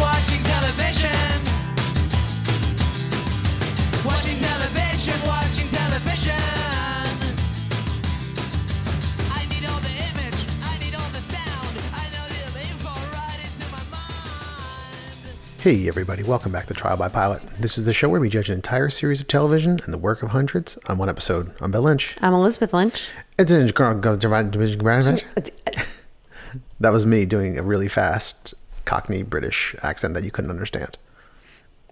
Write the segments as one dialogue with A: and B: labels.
A: watching television. Watching television, watching television. I need all the image, I need all the sound. I know the info right into my mind.
B: Hey, everybody, welcome back to Trial by Pilot. This is the show where we judge an entire series of television and the work of hundreds on one episode. I'm Bill Lynch.
C: I'm Elizabeth Lynch.
B: That was me doing a really fast Cockney British accent that you couldn't understand.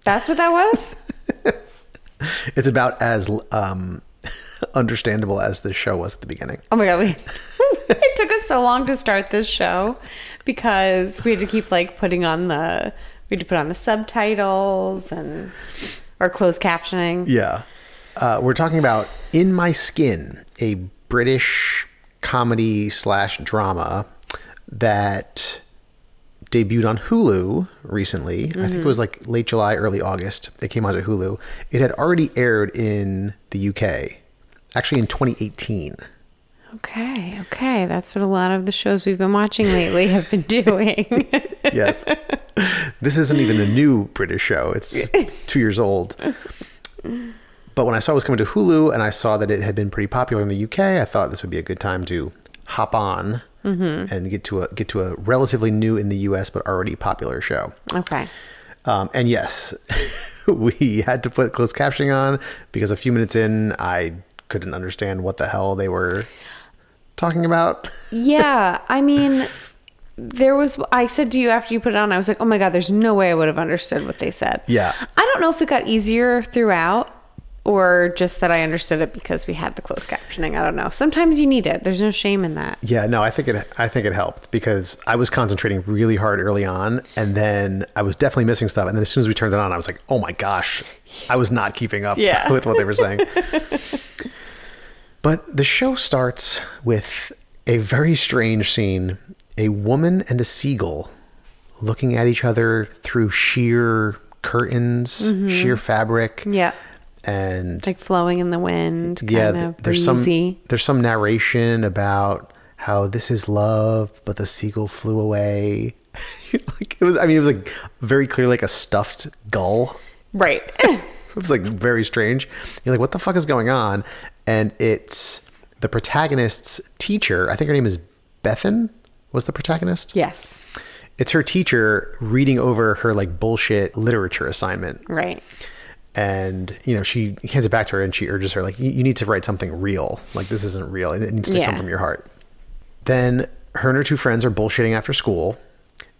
C: That's what that was?
B: It's about as um, understandable as this show was at the beginning.
C: Oh my god, we it took us so long to start this show because we had to keep like putting on the we had to put on the subtitles and or closed captioning.
B: Yeah. Uh, we're talking about In My Skin, a British comedy slash drama that debuted on Hulu recently. I think it was like late July, early August. It came onto Hulu. It had already aired in the UK, actually in 2018.
C: Okay, okay. That's what a lot of the shows we've been watching lately have been doing.
B: Yes. this isn't even a new British show, it's two years old. But when I saw it was coming to Hulu and I saw that it had been pretty popular in the UK, I thought this would be a good time to hop on and get to a get to a relatively new in the US but already popular show.
C: okay.
B: Um, and yes, we had to put closed captioning on because a few minutes in, I couldn't understand what the hell they were talking about.
C: Yeah, I mean there was I said to you after you put it on, I was like, Oh my god, there's no way I would have understood what they said.
B: Yeah.
C: I don't know if it got easier throughout or just that I understood it because we had the closed captioning. I don't know. Sometimes you need it. There's no shame in that.
B: Yeah, no, I think it. I think it helped because I was concentrating really hard early on, and then I was definitely missing stuff. And then as soon as we turned it on, I was like, "Oh my gosh, I was not keeping up
C: Yeah.
B: with what they were saying." but the show starts with a very strange scene: a woman and a seagull looking at each other through sheer curtains, sheer fabric.
C: Mm-hmm. Yeah.
B: and
C: Like flowing in the wind, kind
B: yeah, th-
C: of
B: there's
C: breezy.
B: some there's some narration about how this is love, but the seagull flew away. like it was, I mean, it was like very clear, like a stuffed gull.
C: Right.
B: It was like very strange. You're like, what the fuck is going on? And it's the protagonist's teacher. I think her name is Bethan. Was the protagonist?
C: yes.
B: It's her teacher reading over her like bullshit literature assignment
C: Right.
B: and you know she hands it back to her and she urges her like you you need to write something real like this isn't real and it needs to
C: Yeah.
B: come from your heart then her and her two friends are bullshitting after school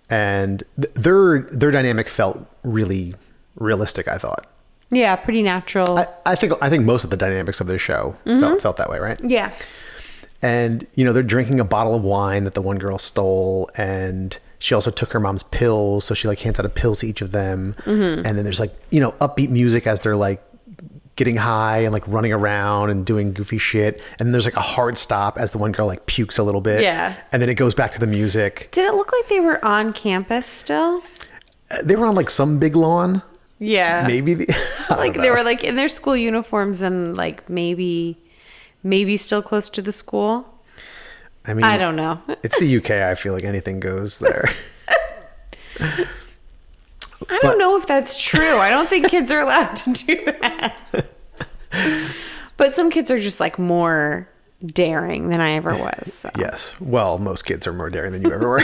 B: and th- their their dynamic felt really realistic i thought
C: Yeah, pretty natural.
B: i, I think i think most of the dynamics of this show felt, felt that way right
C: yeah.
B: and you know they're drinking a bottle of wine that the one girl stole and she also took her mom's pills so she like hands out a pill to each of them
C: Mm-hmm.
B: and then there's like you know upbeat music as they're like getting high and like running around and doing goofy shit and then there's like a hard stop as the one girl like pukes a little bit
C: Yeah.
B: and then it goes back to the music
C: Did it look like they were on campus still?
B: Uh, they were on like some big lawn
C: Yeah.
B: maybe the, I don't
C: like
B: know.
C: they were like in their school uniforms and like maybe maybe still close to the school.
B: i mean
C: I don't know.
B: Mm. it's the uk i feel like anything goes there
C: I don't know if that's true. I don't think kids are allowed to do that. but some kids are just like more daring than I ever was. so.
B: Yes. Well, most kids are more daring than you ever were.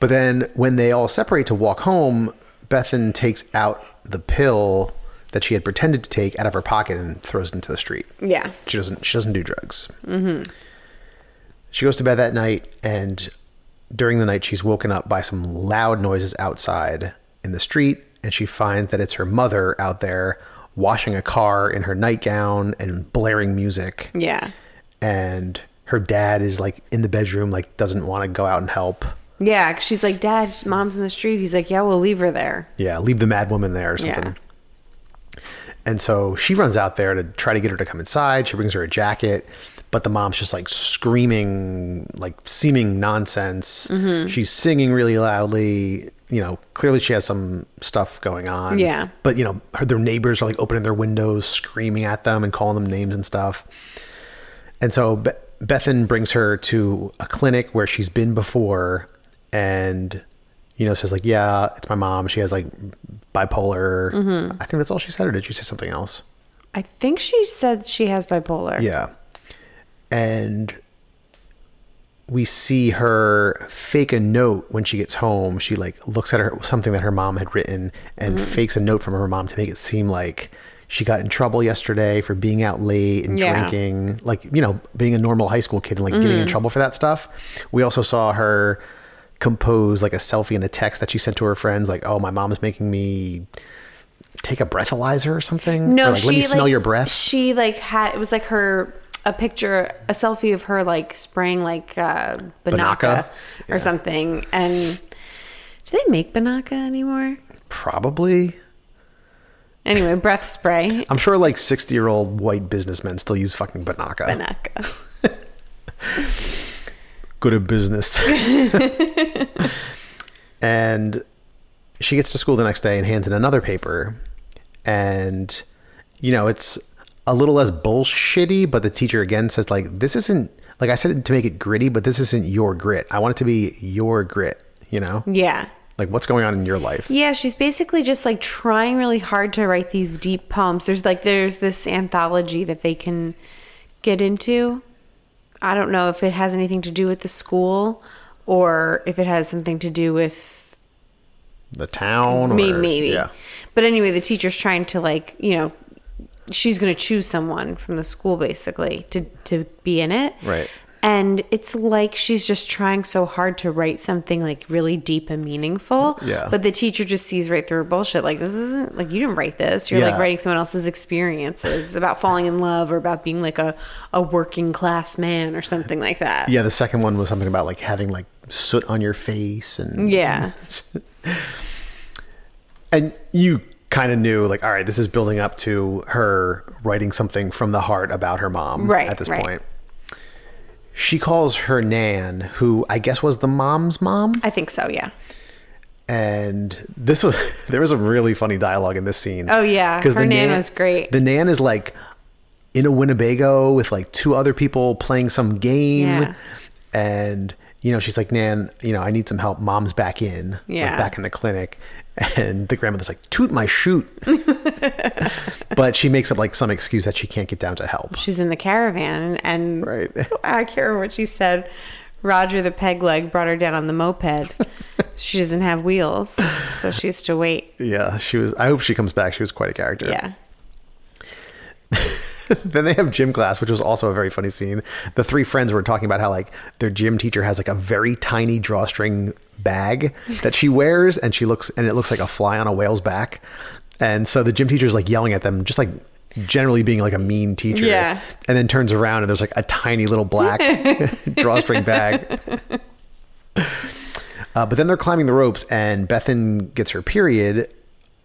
B: but then when they all separate to walk home, Bethan takes out the pill that she had pretended to take out of her pocket and throws it into the street.
C: Yeah.
B: She doesn't she doesn't do drugs. Mm-hmm. She goes to bed that night and during the night she's woken up by some loud noises outside in the street and she finds that it's her mother out there washing a car in her nightgown and blaring music
C: Yeah.
B: and her dad is like in the bedroom, like doesn't want to go out and help.
C: Yeah. 'cause She's like, Dad, mom's in the street. He's like, Yeah, we'll leave her there.
B: Yeah, leave the mad woman there or something. And so she runs out there to try to get her to come inside. She brings her a jacket, but the mom's just like screaming, like seeming nonsense. She's singing really loudly. you know, clearly she has some stuff going on.
C: Yeah.
B: But, you know, her, their neighbors are like opening their windows, screaming at them and calling them names and stuff. And so Be- Bethan brings her to a clinic where she's been before and, you know, says, like, yeah, it's my mom. She has like bipolar. I think that's all she said, or did she say something else?
C: I think she said she has bipolar.
B: Yeah. And we see her fake a note when she gets home. She like looks at her something that her mom had written and
C: Mm-hmm.
B: fakes a note from her mom to make it seem like she got in trouble yesterday for being out late and
C: Yeah. Mm-hmm.
B: drinking, like, you know, being a normal high school kid and like getting in trouble for that stuff. We also saw her compose like a selfie and a text that she sent to her friends, like, oh, my mom's making me take a breathalyzer or something.
C: No,
B: or, like,
C: she
B: let me
C: like,
B: smell your breath.
C: She like had it was like her a picture, a selfie of her like spraying like uh,
B: Banaka?
C: banaka or
B: Yeah.
C: something. And do they make banaka anymore?
B: Probably.
C: Anyway, breath spray.
B: I'm sure like 60 year old white businessmen still use fucking Banaka.
C: Banaka.
B: Good at business. and she gets to school the next day and hands in another paper. And, you know, it's a little less bullshitty, but the teacher again says, like, this isn't, like I said it to make it gritty, but this isn't your grit. I want it to be your grit, you know?
C: Yeah.
B: Like, what's going on in your life?
C: Yeah, she's basically just like trying really hard to write these deep poems. There's like there's this anthology that they can get into. I don't know if it has anything to do with the school or if it has something to do with
B: The town? Or,
C: me maybe.
B: Yeah.
C: But anyway, the teacher's trying to like, you know, she's going to choose someone from the school basically to to be in it.
B: Right.
C: And it's like she's just trying so hard to write something like really deep and meaningful.
B: Yeah.
C: But the teacher just sees right through her bullshit. Like, this isn't like you didn't write this. You're
B: Yeah.
C: like writing someone else's experiences about falling in love or about being like a, a working class man or something like that.
B: Yeah, the second one was something about like having like soot on your face and
C: Yeah.
B: and you kind of knew like all right this is building up to her writing something from the heart about her mom
C: Right,
B: at this
C: right.
B: point she calls her nan who i guess was the mom's mom
C: I think so. Yeah.
B: and this was there was some really funny dialogue in this scene
C: Oh, yeah.
B: because
C: Her
B: the
C: nan was great.
B: the nan is like in a winnebago with like two other people playing some game
C: Yeah.
B: and you know she's like nan you know i need some help mom's back in like,
C: Yeah.
B: back in the clinic and the grandmother's like toot my shoot but she makes up like some excuse that she can't get down to help
C: She's in the caravan and
B: Right.
C: I can't remember what she said. Roger the peg leg brought her down on the moped. she doesn't have wheels, so she has to wait.
B: yeah she was i hope she comes back she was quite a character
C: Yeah.
B: then they have gym class, which was also a very funny scene. The three friends were talking about how like their gym teacher has like a very tiny drawstring bag that she wears, and she looks and it looks like a fly on a whale's back. And so the gym teacher's like yelling at them, just like generally being like a mean teacher.
C: Yeah.
B: And then turns around and there's like a tiny little black drawstring bag. Uh, but then they're climbing the ropes, and Bethan gets her period,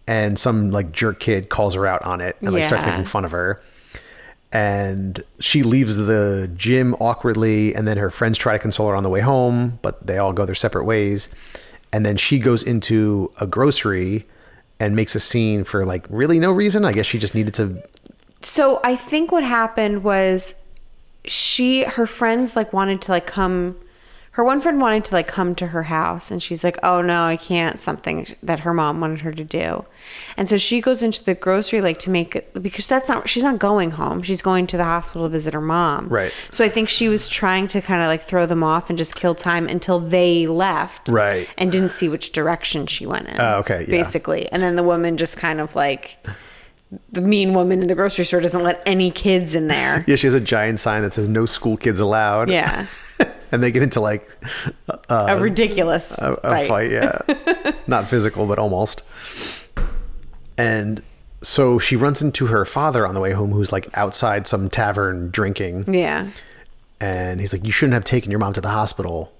B: and some like jerk kid calls her out on it and like starts
C: Yeah.
B: making fun of her. And she leaves the gym awkwardly, and then her friends try to console her on the way home, but they all go their separate ways. And then she goes into a grocery and makes a scene for like really no reason. I guess she just needed to.
C: So I think what happened was she her friends like wanted to like come her one friend wanted to like come to her house and she's like, "Oh no, I can't." Something that her mom wanted her to do. And so she goes into the grocery like to make because that's not she's not going home. She's going to the hospital to visit her mom.
B: Right.
C: So I think she was trying to kind of like throw them off and just kill time until they left.
B: Right.
C: And didn't see which direction she went in.
B: Oh, okay, yeah.
C: Basically. And then the woman just kind of like the mean woman in the grocery store doesn't let any kids in there.
B: Yeah, she has a giant sign that says "No school kids allowed."
C: Yeah.
B: and they get into like
C: A ridiculous
B: a, a
C: fight.
B: fight. Yeah, not physical, but almost. And so she runs into her father on the way home, who's like outside some tavern drinking.
C: Yeah.
B: and he's like, "You shouldn't have taken your mom to the hospital."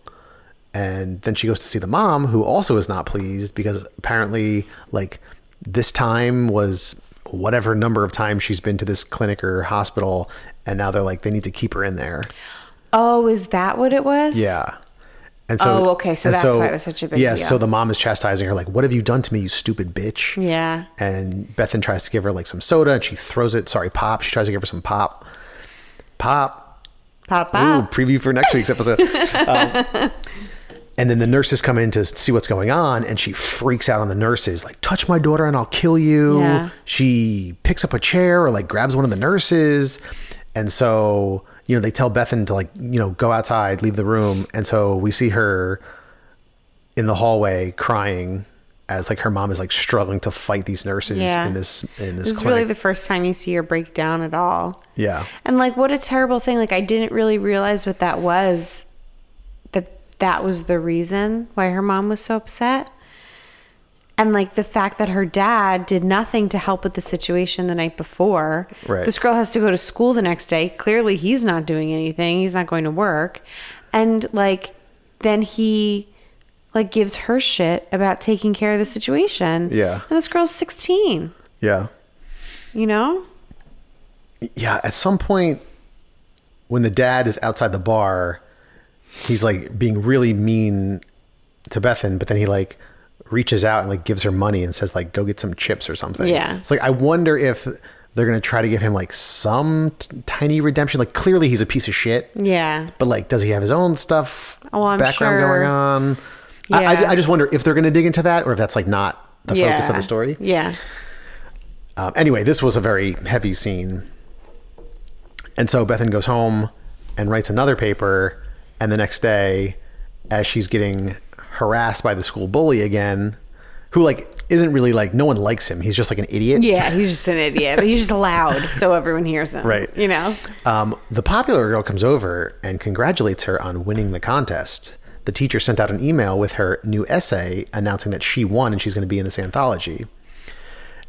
B: And then she goes to see the mom, who also is not pleased because apparently, like, this time was whatever number of times she's been to this clinic or hospital, and now they're like, they need to keep her in there.
C: Oh, is that what it was?
B: Yeah. And so,
C: Oh, okay, so
B: and
C: that's why it was such a big
B: yeah,
C: deal.
B: so the mom is chastising her, like, "What have you done to me, you stupid bitch?"
C: Yeah.
B: And Bethan tries to give her like some soda, and she throws it. Sorry, pop. She tries to give her some pop. Pop.
C: Pop
B: Ooh,
C: up.
B: preview for next week's episode. Um, and then the nurses come in to see what's going on, and she freaks out on the nurses, like, "Touch my daughter, and I'll kill you."
C: Yeah.
B: She picks up a chair or like grabs one of the nurses, and so you know they tell Bethan to like you know go outside, leave the room, and so we see her in the hallway crying as like her mom is like struggling to fight these nurses
C: Yeah.
B: in this in this,
C: This is
B: clinic.
C: really the first time you see her break down at all.
B: yeah.
C: And like, what a terrible thing. Like, I didn't really realize what that was. That that was the reason why her mom was so upset. And like the fact that her dad did nothing to help with the situation the night before.
B: Right.
C: This girl has to go to school the next day. Clearly, he's not doing anything. He's not going to work. And like, then he like gives her shit about taking care of the situation.
B: Yeah.
C: And this girl's 16,
B: Yeah.
C: you know?
B: yeah, at some point when the dad is outside the bar, he's like being really mean to Bethan, but then he like reaches out and like gives her money and says like go get some chips or something.
C: Yeah.
B: It's like I wonder if they're going to try to give him like some t- tiny redemption. Like clearly he's a piece of shit,
C: Yeah.
B: but like does he have his own stuff
C: Oh, I'm
B: background
C: sure.
B: going on? I- I,
C: Yeah.
B: I just wonder if they're going to dig into that or if that's like not the focus of the story.
C: Yeah.
B: Um, anyway, this was a very heavy scene. And so Bethan goes home and writes another paper. And the next day, as she's getting harassed by the school bully again, who like isn't really like no one likes him. He's just like an idiot.
C: Yeah, he's just an idiot, but he's just loud, so everyone hears him.
B: Right.
C: You know?
B: Um, the popular girl comes over and congratulates her on winning the contest. The teacher sent out an email with her new essay announcing that she won and she's going to be in this anthology.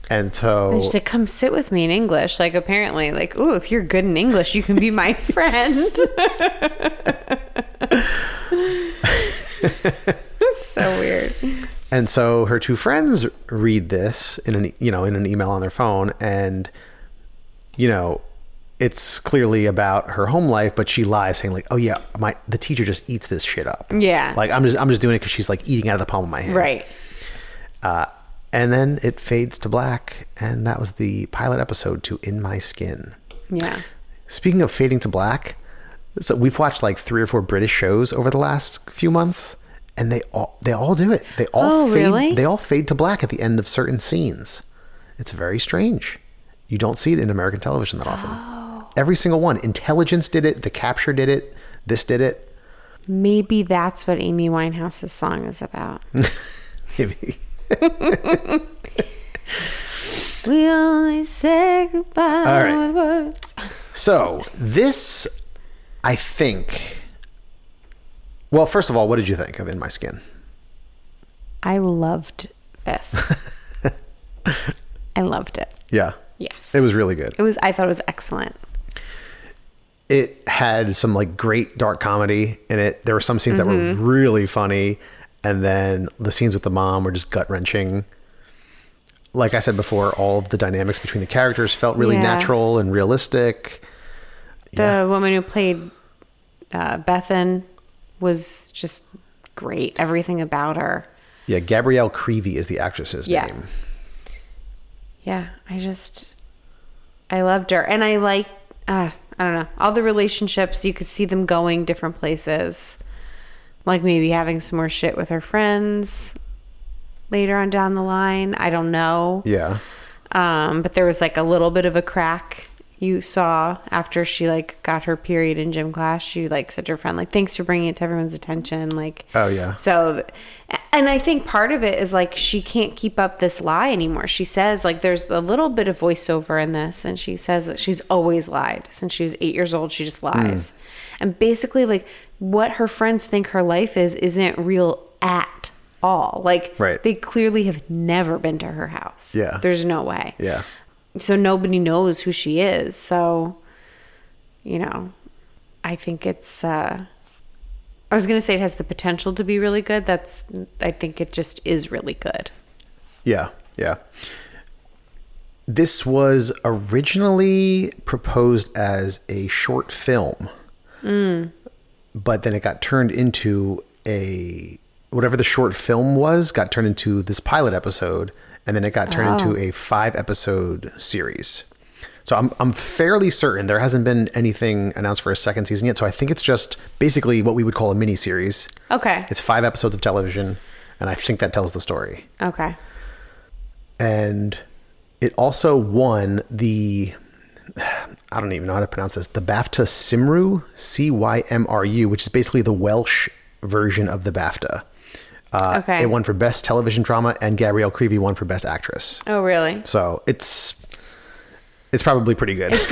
B: And so
C: She's like, come sit with me in English. Like, apparently, like, ooh, if you're good in English, you can be my friend. so weird.
B: And so her two friends read this in an you know in an email on their phone, and you know it's clearly about her home life, but she lies saying like, "Oh yeah, my the teacher just eats this shit up."
C: Yeah.
B: like I'm just I'm just doing it because she's like eating out of the palm of my hand.
C: Right.
B: Uh, and then it fades to black, and that was the pilot episode to "In My Skin."
C: Yeah.
B: Speaking of fading to black, so we've watched like three or four British shows over the last few months, and they all they all do it. They all
C: Oh,
B: fade,
C: really?
B: they all fade to black at the end of certain scenes. It's very strange. You don't see it in American television that often.
C: Oh.
B: Every single one. Intelligence did it. The Capture did it. This did it.
C: Maybe that's what Amy Winehouse's song is about.
B: Maybe.
C: we only say goodbye
B: All right.
C: with words.
B: So this, I think. Well, first of all, what did you think of In My Skin?
C: I loved this. I loved it.
B: Yeah.
C: Yes.
B: It was really good.
C: It was. I thought it was excellent.
B: it had some like great dark comedy in it. There were some scenes that
C: Mm-hmm.
B: were really funny, and then the scenes with the mom were just gut wrenching. Like I said before, all of the dynamics between the characters felt really
C: Yeah.
B: natural and realistic.
C: The
B: Yeah.
C: woman who played uh, Bethan was just great. Everything about her.
B: Yeah, Gabrielle Creevy is the actress's
C: Yeah.
B: name.
C: Yeah, I just, I loved her, and I like. Uh, I don't know. All the relationships, you could see them going different places. Like maybe having some more shit with her friends later on down the line. I don't know.
B: Yeah,
C: Um, but there was like a little bit of a crack you saw after she like got her period in gym class. She like said to her friend, like, "Thanks for bringing it to everyone's attention." Like,
B: Oh, yeah.
C: So, th- and I think part of it is like she can't keep up this lie anymore. She says like there's a little bit of voiceover in this, and she says that she's always lied since she was eight years old. She
B: Hmm.
C: just lies, and basically like what her friends think her life is isn't real at all. Like
B: Right.
C: they clearly have never been to her house.
B: Yeah.
C: There's no way.
B: yeah,
C: So nobody knows who she is. So, you know, I think it's, uh, I was going to say it has the potential to be really good. That's, I think it just is really good.
B: yeah, yeah. This was originally proposed as a short film, but then it got turned into a whatever the short film was got turned into this pilot episode, and then it got turned into a five episode series. So I'm I'm fairly certain there hasn't been anything announced for a second season yet. So I think it's just basically what we would call a mini series.
C: Okay.
B: It's five episodes of television, and I think that tells the story
C: okay.
B: and it also won the I don't even know how to pronounce this the BAFTA Simru C Y M R U, which is basically the Welsh version of the BAFTA. Uh,
C: Okay.
B: It won for best television drama, and Gabrielle Creevy won for best actress.
C: Oh, really?
B: So it's it's probably pretty good.
C: It's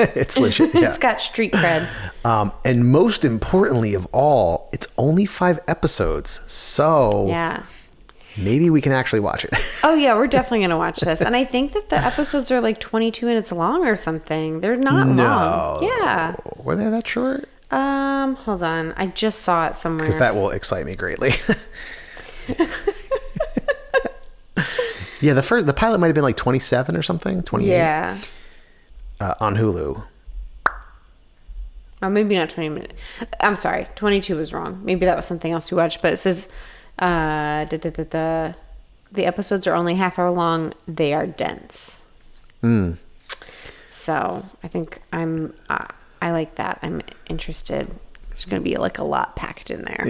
B: it's legit. Yeah.
C: It's got street cred.
B: um, and most importantly of all, it's only five episodes, so
C: Yeah.
B: maybe we can actually watch it.
C: Oh yeah, we're definitely gonna watch this. And I think that the episodes are like 22 minutes long or something. They're not long. Yeah.
B: Were they that short?
C: Um, hold on. I just saw it somewhere.
B: because that will excite me greatly. yeah, the first the pilot might have been like 27 or something, 28
C: yeah.
B: uh, on Hulu.
C: Oh, maybe not 20 minutes. I'm sorry. 22 was wrong. Maybe that was something else we watched, but it says uh da, da, da, da. the episodes are only half hour long. They are dense. Mm. So, I think I'm uh, I like that. I'm interested. There's going to be like a lot packed in there.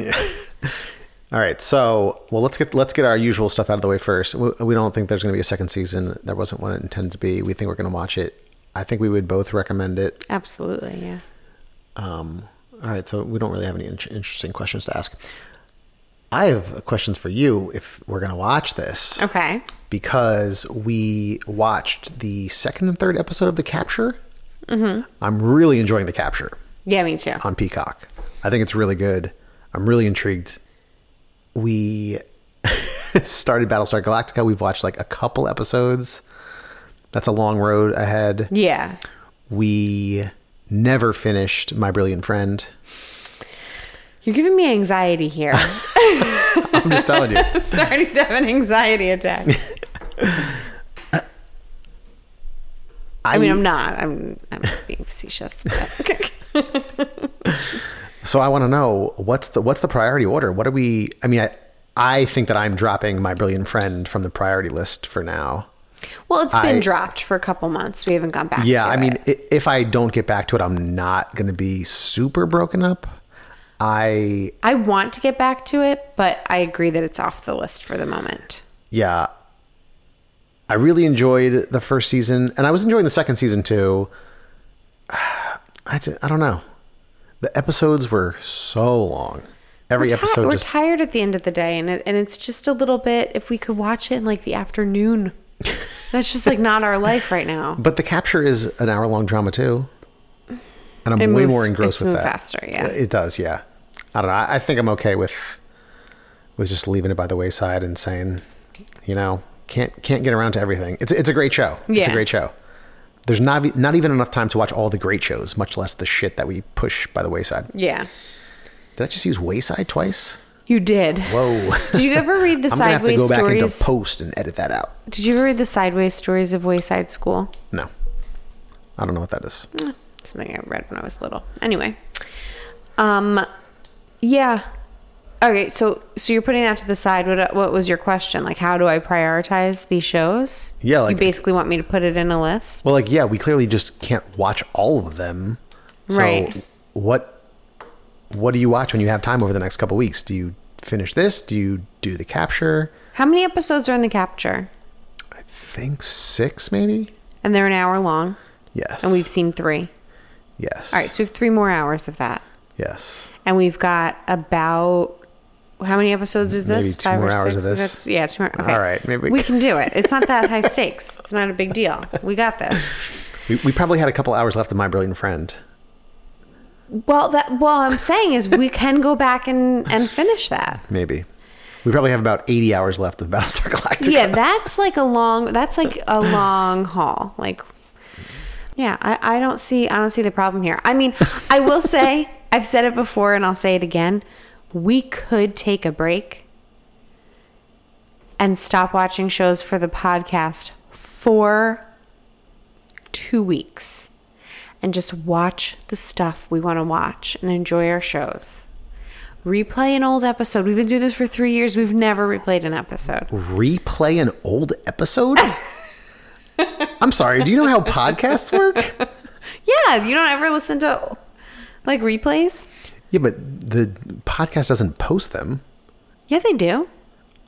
B: All right, so well, let's get let's get our usual stuff out of the way first. We, we don't think there's going to be a second season. There wasn't one intended to be. We think we're going to watch it. I think we would both recommend it.
C: Absolutely, yeah.
B: Um, all right, so we don't really have any in- interesting questions to ask. I have questions for you if we're going to watch this.
C: Okay.
B: because we watched the second and third episode of The Capture. Mm-hmm. I'm really enjoying The Capture
C: Yeah, me too.
B: on Peacock. I think it's really good. I'm really intrigued. We started Battlestar Galactica. We've watched like a couple episodes. That's a long road ahead.
C: Yeah.
B: We never finished My Brilliant Friend.
C: You're giving me anxiety here.
B: I'm just telling you.
C: I'm starting to have an anxiety attack. I mean, I'm not. I'm, I'm being facetious. But
B: So I want to know what's the what's the priority order? What are we? I mean, I, I think that I'm dropping my brilliant friend from the priority list for now.
C: well, it's been
B: I-
C: dropped for a couple months. We haven't gone back.
B: Yeah,
C: to
B: I mean,
C: it.
B: i if I don't get back to it, I'm not going to be super broken up. I
C: I want to get back to it, but I agree that it's off the list for the moment.
B: yeah, I really enjoyed the first season, and I was enjoying the second season too. I ju- I don't know. The episodes were so long. Every
C: we're ti-
B: episode
C: we're
B: just
C: tired at the end of the day, and it, and it's just a little bit. If we could watch it in like the afternoon, that's just like not our life right now.
B: But the capture is an hour long drama too, and I'm
C: It
B: way
C: moves-
B: more engrossed
C: it's
B: with
C: moved
B: that.
C: faster, yeah.
B: it does. Yeah, I don't know. I, I think I'm okay with with just leaving it by the wayside and saying, you know, can't can't get around to everything. It's it's a great show. It's a
C: Yeah.
B: great show. There's not not even enough time to watch all the great shows, much less the shit that we push by the wayside.
C: Yeah,
B: Did I just use wayside twice?
C: you did.
B: Whoa.
C: Did you ever read the
B: I'm gonna have to
C: sideways
B: go back
C: stories?
B: into post and edit that out.
C: Did you ever read the sideways stories of Wayside School?
B: No, I don't know what that is.
C: Something I read when I was little. Anyway, um, yeah. Okay, so so you're putting that to the side. What what was your question? Like, how do I prioritize these shows?
B: Yeah, like-
C: you basically want me to put it in a list.
B: Well, like, yeah, we clearly just can't watch all of them. So
C: Right.
B: what what do you watch when you have time over the next couple weeks? Do you finish this? Do you do the capture?
C: How many episodes are in the capture?
B: I think six, maybe.
C: And they're an hour long,
B: Yes.
C: and we've seen three.
B: yes.
C: All right, so we have three more hours of that,
B: yes.
C: and we've got about. How many episodes is this?
B: Maybe two more hours of this.
C: That's- yeah, two more. Okay.
B: All right, maybe we
C: we
B: can-
C: can do it. It's not that high stakes. It's not a big deal. We got this.
B: We, we probably had a couple hours left of My Brilliant Friend.
C: Well, that well, I'm saying is we can go back and and finish that.
B: Maybe. We probably have about eighty hours left of Battlestar Galactica.
C: Yeah, that's like a long. That's like a long haul. Like, yeah, I, I don't see I don't see the problem here. I mean, I will say I've said it before and I'll say it again. We could take a break and stop watching shows for the podcast for two weeks and just watch the stuff we want to watch and enjoy our shows replay an old episode. We've been doing this for three years. We've never replayed an episode.
B: Replay an old episode? I'm sorry. Do you know how podcasts work?
C: Yeah, you don't ever listen to like replays?
B: Yeah, but the podcast doesn't post them.
C: Yeah, they do.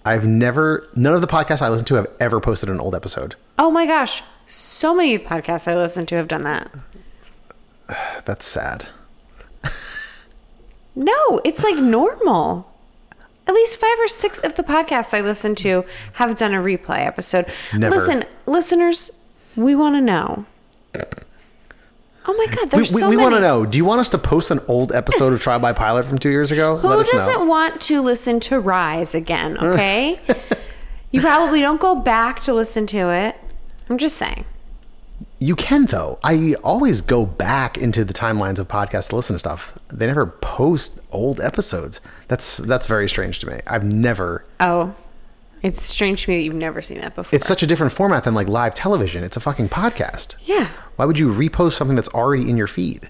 B: I've never, none of the podcasts I listen to have ever posted an old episode.
C: Oh my gosh. So many podcasts I listen to have done that.
B: That's sad.
C: No, it's like normal. At least five or six of the podcasts I listen to have done a replay episode.
B: Never.
C: Listen, listeners, we want to know. Oh my God,
B: We,
C: there's so
B: we,
C: many.
B: want to know do you want us to post an old episode of Trial by Pilot from two years ago?
C: Who
B: Let us
C: doesn't
B: know.
C: want to listen to Rise again? Okay, you probably don't go back to listen to it. I'm just saying.
B: you can, though. I always go back into the timelines of podcasts to listen to stuff. They never post old episodes. That's that's very strange to me. I've never
C: Oh, it's strange to me that you've never seen that before.
B: It's such a different format than like live television. It's a fucking podcast.
C: yeah,
B: Why would you repost something that's already in your feed?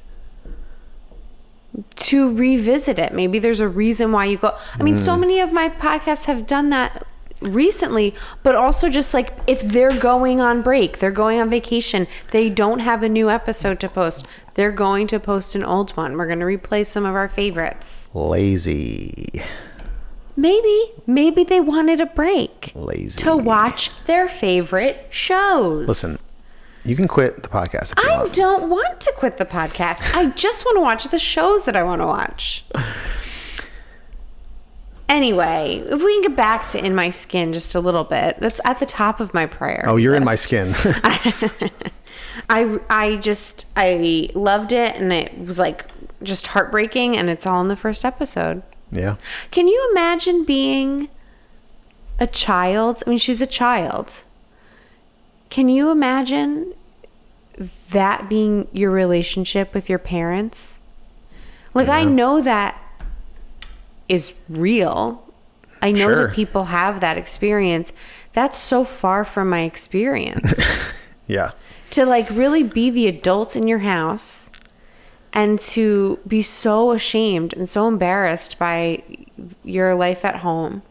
C: to revisit it. Maybe there's a reason why you go. I mean,
B: Mm.
C: so many of my podcasts have done that recently, but also just like if they're going on break, they're going on vacation, they don't have a new episode to post. They're going to post an old one. We're going to replay some of our favorites.
B: Lazy.
C: Maybe, maybe they wanted a break
B: Lazy.
C: to watch their favorite shows.
B: Listen, you can quit the podcast if you
C: I
B: want.
C: don't want to quit the podcast. I just want to watch the shows that I want to watch. Anyway, if we can get back to In My Skin just a little bit, that's at the top of my prayer.
B: Oh, you're in my skin.
C: I I just I loved it and it was like just heartbreaking and it's all in the first episode.
B: yeah.
C: Can you imagine being a child? I mean, she's a child. Can you imagine that being your relationship with your parents? Like, I know that is real. I know
B: Sure.
C: that people have that experience. That's so far from my experience
B: Yeah.
C: to like really be the adult in your house and to be so ashamed and so embarrassed by your life at home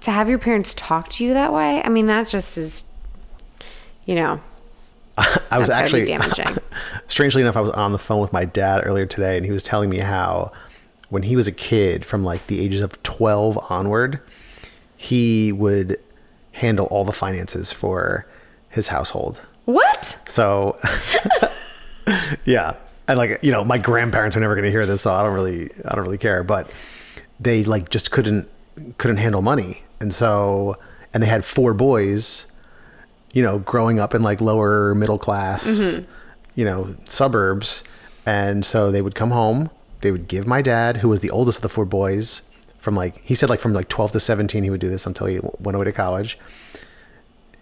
C: to have your parents talk to you that way i mean that just is you know
B: I was
C: that's gotta
B: actually
C: be damaging
B: strangely enough, I was on the phone with my dad earlier today, and he was telling me how when he was a kid, from like the ages of 12 onward, he would handle all the finances for his household.
C: what
B: So, yeah, and like you know, my grandparents are never going to hear this, so I don't really, I don't really care. But they like just couldn't, couldn't handle money, and so, and they had four boys, you know, growing up in like lower middle class, you know, suburbs, and so they would come home, they would give my dad, who was the oldest of the four boys, from like he said like from like twelve to seventeen, he would do this until he went away to college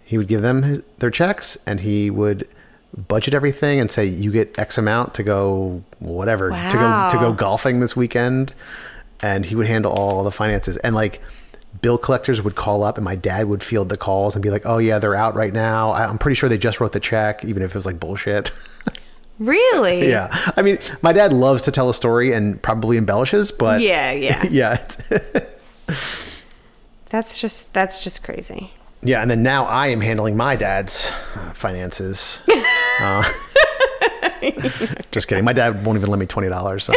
B: he would give them his, their checks and he would budget everything and say you get x amount to go whatever to go to
C: Wow.
B: go golfing this weekend and he would handle all the finances and like bill collectors would call up and my dad would field the calls and be like oh yeah they're out right now I- i'm pretty sure they just wrote the check even if it was like bullshit
C: really
B: yeah i mean my dad loves to tell a story and probably embellishes but
C: yeah yeah
B: yeah
C: that's just that's just crazy
B: yeah and then now i am handling my dad's finances Uh, just kidding my dad won't even lend me $20 so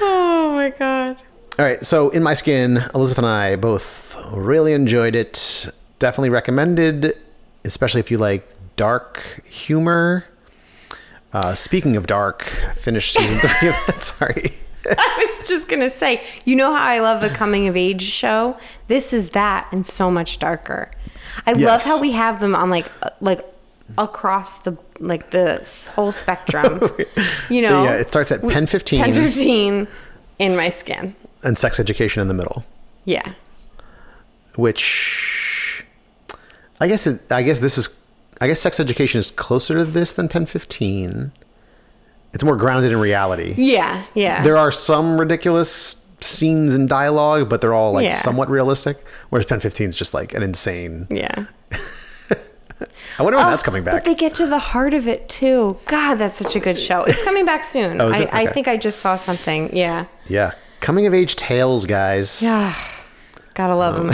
C: oh my god
B: All right, so in my skin, Elizabeth and I both really enjoyed it. Definitely recommended, especially if you like dark humor. Uh, speaking of dark, finished season three of that. Sorry.
C: i was just gonna say you know how i love a coming of age show this is that and so much darker i love
B: Yes.
C: how we have them on like uh, like across the like the s- whole spectrum you know
B: Yeah, it starts at pen 15
C: 10 15 in my skin
B: and sex education in the middle,
C: yeah
B: which I guess it, I guess this is I guess sex education is closer to this than pen 15. It's more grounded in reality.
C: yeah yeah
B: there are some ridiculous scenes and dialogue, but they're all like
C: Yeah.
B: somewhat realistic. Whereas Pen 15 is just like an insane.
C: yeah
B: I wonder when
C: Oh,
B: that's coming back.
C: But they get to the heart of it too. God, that's such a good show. It's coming back soon.
B: Oh, is it?
C: I, I
B: Okay.
C: think I just saw something. Yeah.
B: yeah. Coming of age tales, guys.
C: Yeah. Gotta love
B: Uh,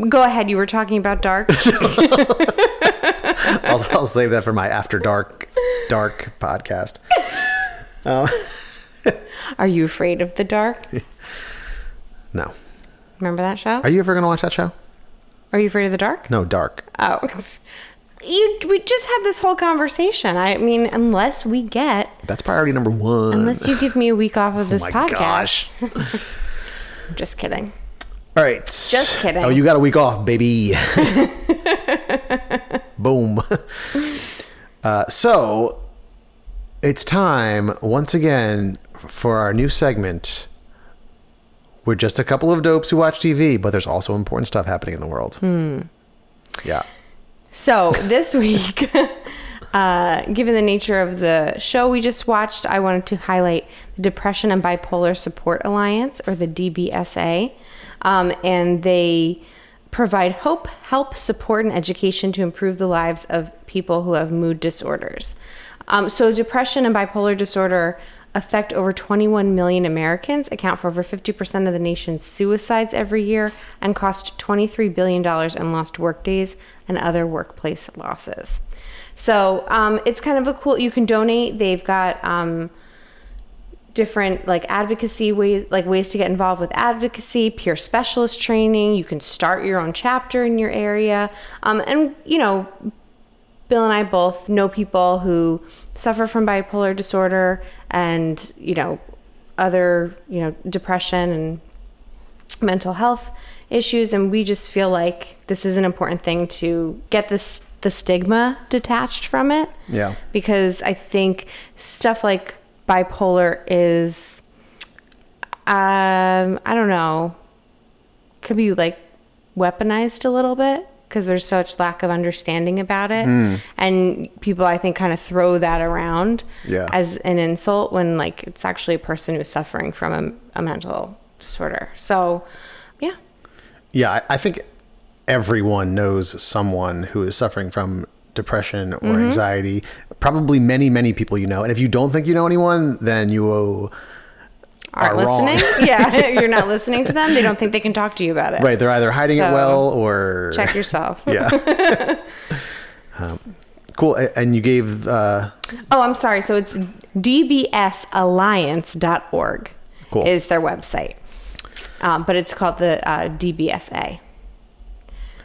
C: them. Go ahead. You were talking about Dark.
B: I'll, I'll save that for my after dark, dark podcast.
C: Are you afraid of the dark?
B: No.
C: Remember that show?
B: Are you ever going to watch that show?
C: Are you afraid of the dark?
B: No, dark.
C: Oh. You, we just had this whole conversation. I mean, unless we get,
B: That's priority number one. Oh
C: unless you give me a week off of this
B: my
C: podcast.
B: gosh.
C: I'm just kidding.
B: All right.
C: Just kidding.
B: Oh, you got a week off, baby. Boom. Uh, so it's time once again for our new segment. We're just a couple of dopes who watch TV, but there's also important stuff happening in the world.
C: Hmm.
B: Yeah.
C: So this week, uh, given the nature of the show we just watched, I wanted to highlight the Depression and Bipolar Support Alliance, or the DBSA, um, and they provide hope, help, support, and education to improve the lives of people who have mood disorders. Um, so depression and bipolar disorder affect over 21 million Americans, account for over 50% of the nation's suicides every year, and cost $23 billion in lost workdays and other workplace losses. So um, it's kind of a cool, you can donate. They've got um, different like advocacy ways, like ways to get involved with advocacy, peer specialist training. You can start your own chapter in your area. Um, and, you know, Bill and I both know people who suffer from bipolar disorder and, you know, other, you know, depression and mental health issues and we just feel like this is an important thing to get this the stigma detached from it.
B: Yeah.
C: Because I think stuff like bipolar is um I don't know could be like weaponized a little bit because there's such lack of understanding about it
B: Hmm.
C: and people i think kind of throw that around
B: Yeah.
C: as an insult when like it's actually a person who's suffering from a, a mental disorder so yeah
B: Yeah, I, I think everyone knows someone who is suffering from depression or
C: Mm-hmm.
B: anxiety. Probably many, many people you know. And if you don't think you know anyone, then you owe.
C: aren't
B: Are wrong.
C: listening yeah you're not listening to them they don't think they can talk to you about it
B: Right, they're either hiding it
C: So,
B: well or
C: check yourself
B: Yeah. um, cool. A- And you gave uh,
C: Oh, I'm sorry. So it's dbsalliance.org
B: Cool.
C: is their website. Um, but it's called the uh, DBSA.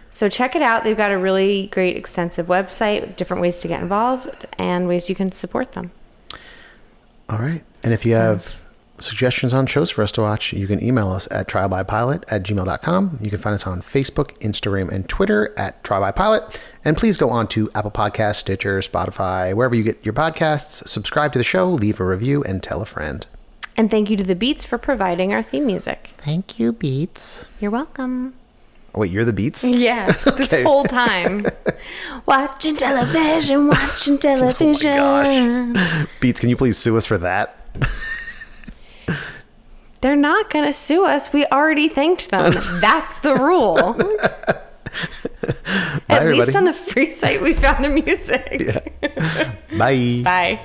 C: So check it out. They've got a really great, extensive website with different ways to get involved and ways you can support them.
B: all right. And if you have suggestions on shows for us to watch, you can email us at trialbypilot at gmail.com. You can find us on Facebook, Instagram, and Twitter at trialbypilot. And please go on to Apple Podcasts, Stitcher, Spotify, wherever you get your podcasts. Subscribe to the show, leave a review, and tell a friend.
C: And thank you to the Beats for providing our theme music.
B: Thank you, Beats.
C: You're welcome.
B: Oh, wait, you're the Beats?
C: Yeah, this
B: Okay.
C: whole time. watching television, watching
B: Oh
C: television.
B: Beats, can you please sue us for that?
C: They're not going to sue us. We already thanked them. That's the rule. At
B: Bye,
C: least
B: everybody.
C: on the free site, we found the music.
B: Bye.
C: Bye.